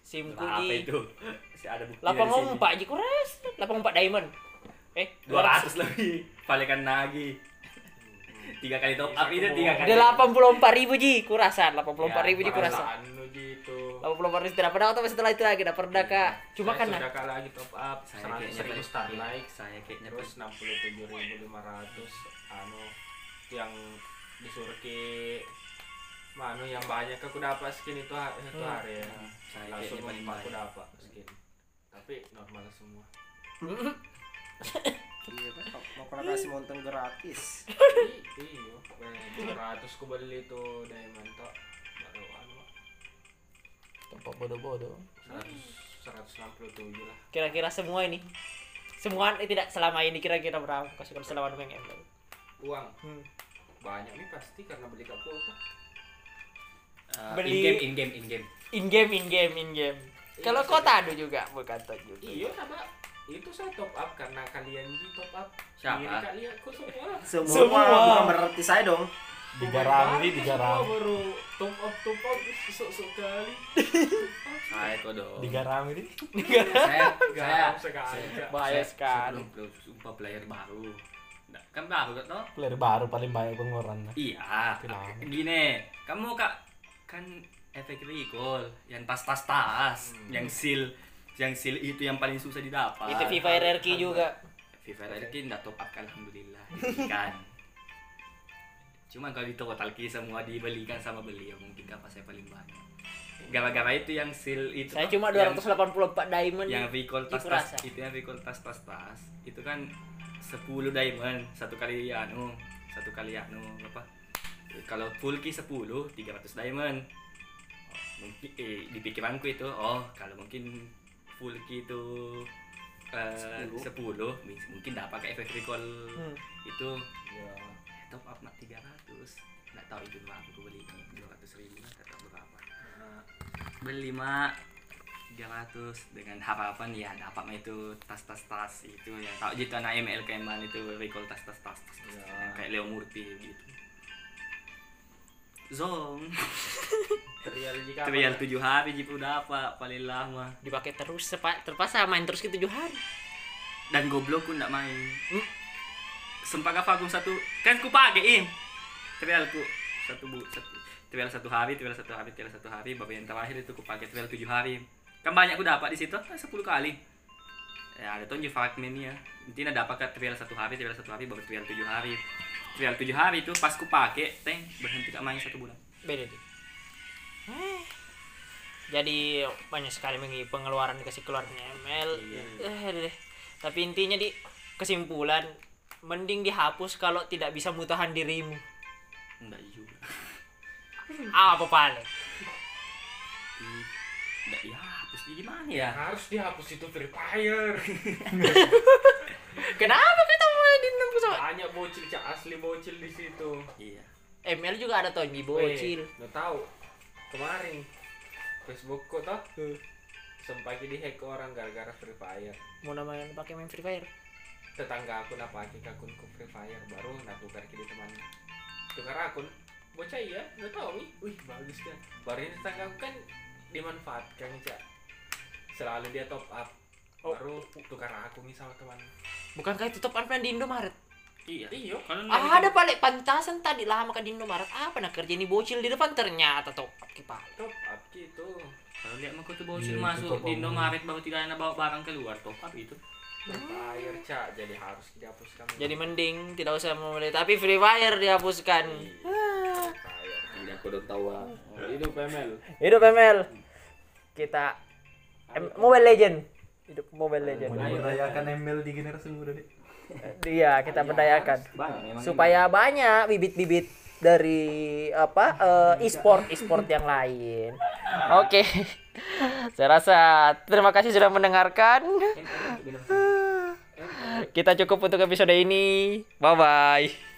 Simku
Apa
di
itu? Masih ada
Iya,
bukti.
84 aja kuras, 84 diamond. Eh,
Dua ratus lebih. Palingan lagi. tiga kali top up itu tiga kali
Ada 84 ribu ji kurasan, 84 ribu
Ya,
ji kurasan.
Anu gitu.
84 ribu tidak pernah atau setelah itu lagi tidak pernah kak. Cuma
Iya, Saya
kan
sudah kalah lagi top up
saya
seratus
kayaknya
ribu star like
saya kayaknya
terus enam puluh tujuh ribu lima ratus anu yang disuruh ke mana yang banyak aku dapat skin itu hari itu hari ya
saya kayaknya
langsung
paling
lima aku
banyak.
dapat skin tapi normal semua
Iya, Pak. mau kalau kasih montong gratis.
iya ratus aku beli itu diamond tok baru anu
Tempat bodoh-bodoh.
seratus seratus enam puluh tujuh lah
kira-kira semua ini. Semua eh, tidak selama ini kira-kira berapa kasih kalau selama dengan embel.
uang
Hmm.
banyak nih pasti karena beli ke kuota Ah,
Eh,
Beli-
in game in game in game
In game, in game, in game. Kalau
Iya,
kota ada juga bukan tot juga.
Iya, sama itu saya top up karena kalian di top up.
Siapa?
Diri kalian kok semua.
Semua,
Semua.
bukan berarti saya dong.
Digarami,
Kemarin semua
digarami.
Baru top up top up sok sok kali.
saya tuh dong
Digarami nih.
saya saya
Garang sekali. Kak.
Bahaya
saya-
sekali.
saya belum- belum- sumpah player baru Nah, kan baru kan toh
Player baru paling banyak pengeluaran.
iya
Kenapa?
gini kamu kak kan efek recall yang tas tas tas yang seal yang seal itu yang paling susah didapat
Itu FIFA RRQ juga.
Viva Rarkin udah top up kan alhamdulillah dibelikan. Cuman kalau di total ki semua dibelikan sama beliau mungkin apa saya paling banyak. Gara-gara itu yang seal itu
Saya
toh,
cuma
yang-
284 diamond.
yang recall tas tas
Dikurasa.
itu yang recall tas tas tas itu kan 10 diamond satu kali anu satu kali anu apa kalau full ki 10 300 diamond Oh, mungkin eh, di pikiranku itu oh kalau mungkin full ki itu eh, 10 mis- mungkin dapat pakai efek recall
Hmm.
itu ya, top up nak 300 nggak tahu itu berapa aku beli 200 ribu nggak tahu berapa beli mak 300 dengan harapan ya dapat mah itu tas tas tas itu yang tahu gitu anak ML Keman itu recall tas tas tas, tas, tas. Yang kayak Leo Murti gitu Zong
Trial jika
tapi yang tujuh hari gitu, jipu dapat paling lama
dipakai terus sepa- terpaksa main terus ke tujuh hari.
dan goblok ku ndak main sempat apa aku satu kan ku pakein trial ku satu bu satu trial satu hari trial satu hari trial satu hari baru yang terakhir itu ku pakai trial tujuh hari kan banyak ku dapat di situ kan sepuluh kali ya ada tuh fragment ya intinya dapat ke trial satu hari trial satu hari baru trial tujuh hari trial tujuh hari itu pas ku pakai teng berhenti gak main satu bulan
Beda deh. Eh. Jadi banyak sekali mengi pengeluaran dikasih keluarnya ML. Eh, deh. Tapi intinya di kesimpulan mending dihapus kalau tidak bisa mutahan dirimu.
enggak juga
Apa paling?
Ih, enggak ya hapus di mana ya
harus dihapus itu Free Fire.
Kenapa kata mulai di
Banyak bocil cak asli bocil di situ.
iya
ML juga ada Tony bocil.
Nggak tahu. Kemarin Facebook kok toh sempat jadi hack orang gara-gara Free Fire.
Mau namanya pakai main Free Fire.
tetangga aku nak pakai akunku Free Fire baru nak tukar ke dia temannya tukar akun bocah iya nggak tahu nih wih bagus kan baru ini tetangga aku kan dimanfaatkan cak selalu dia top up baru tukar akun nih sama teman
Bukankah itu top up di Indomaret?
iya
iyo
kalau
Ah, ada paling pantasan tadi lama ke di Indomaret. Apa nak kerja ini bocil di depan ternyata top up kipal.
top up gitu
Kalau lihat mah kau tuh bocil
Iya,
masuk
tutup
di
om.
Indomaret baru tidak ada bawa barang keluar top up itu.
Free Fire cak jadi harus dihapuskan
Jadi mending tidak usah membeli tapi Free Fire dihapuskan.
Free Fire
Tidak aku udah tahu.
hidup ML
Hidup ML. Kita M- Mobile Legend. Hidup Mobile Legend.
Merayakan ML di generasi muda deh.
Iya, kita berdayakan. Supaya banyak bibit-bibit dari apa eh, e-sport e-sport yang lain. Oke. Saya rasa terima kasih sudah mendengarkan. Kita cukup untuk episode ini. Bye bye.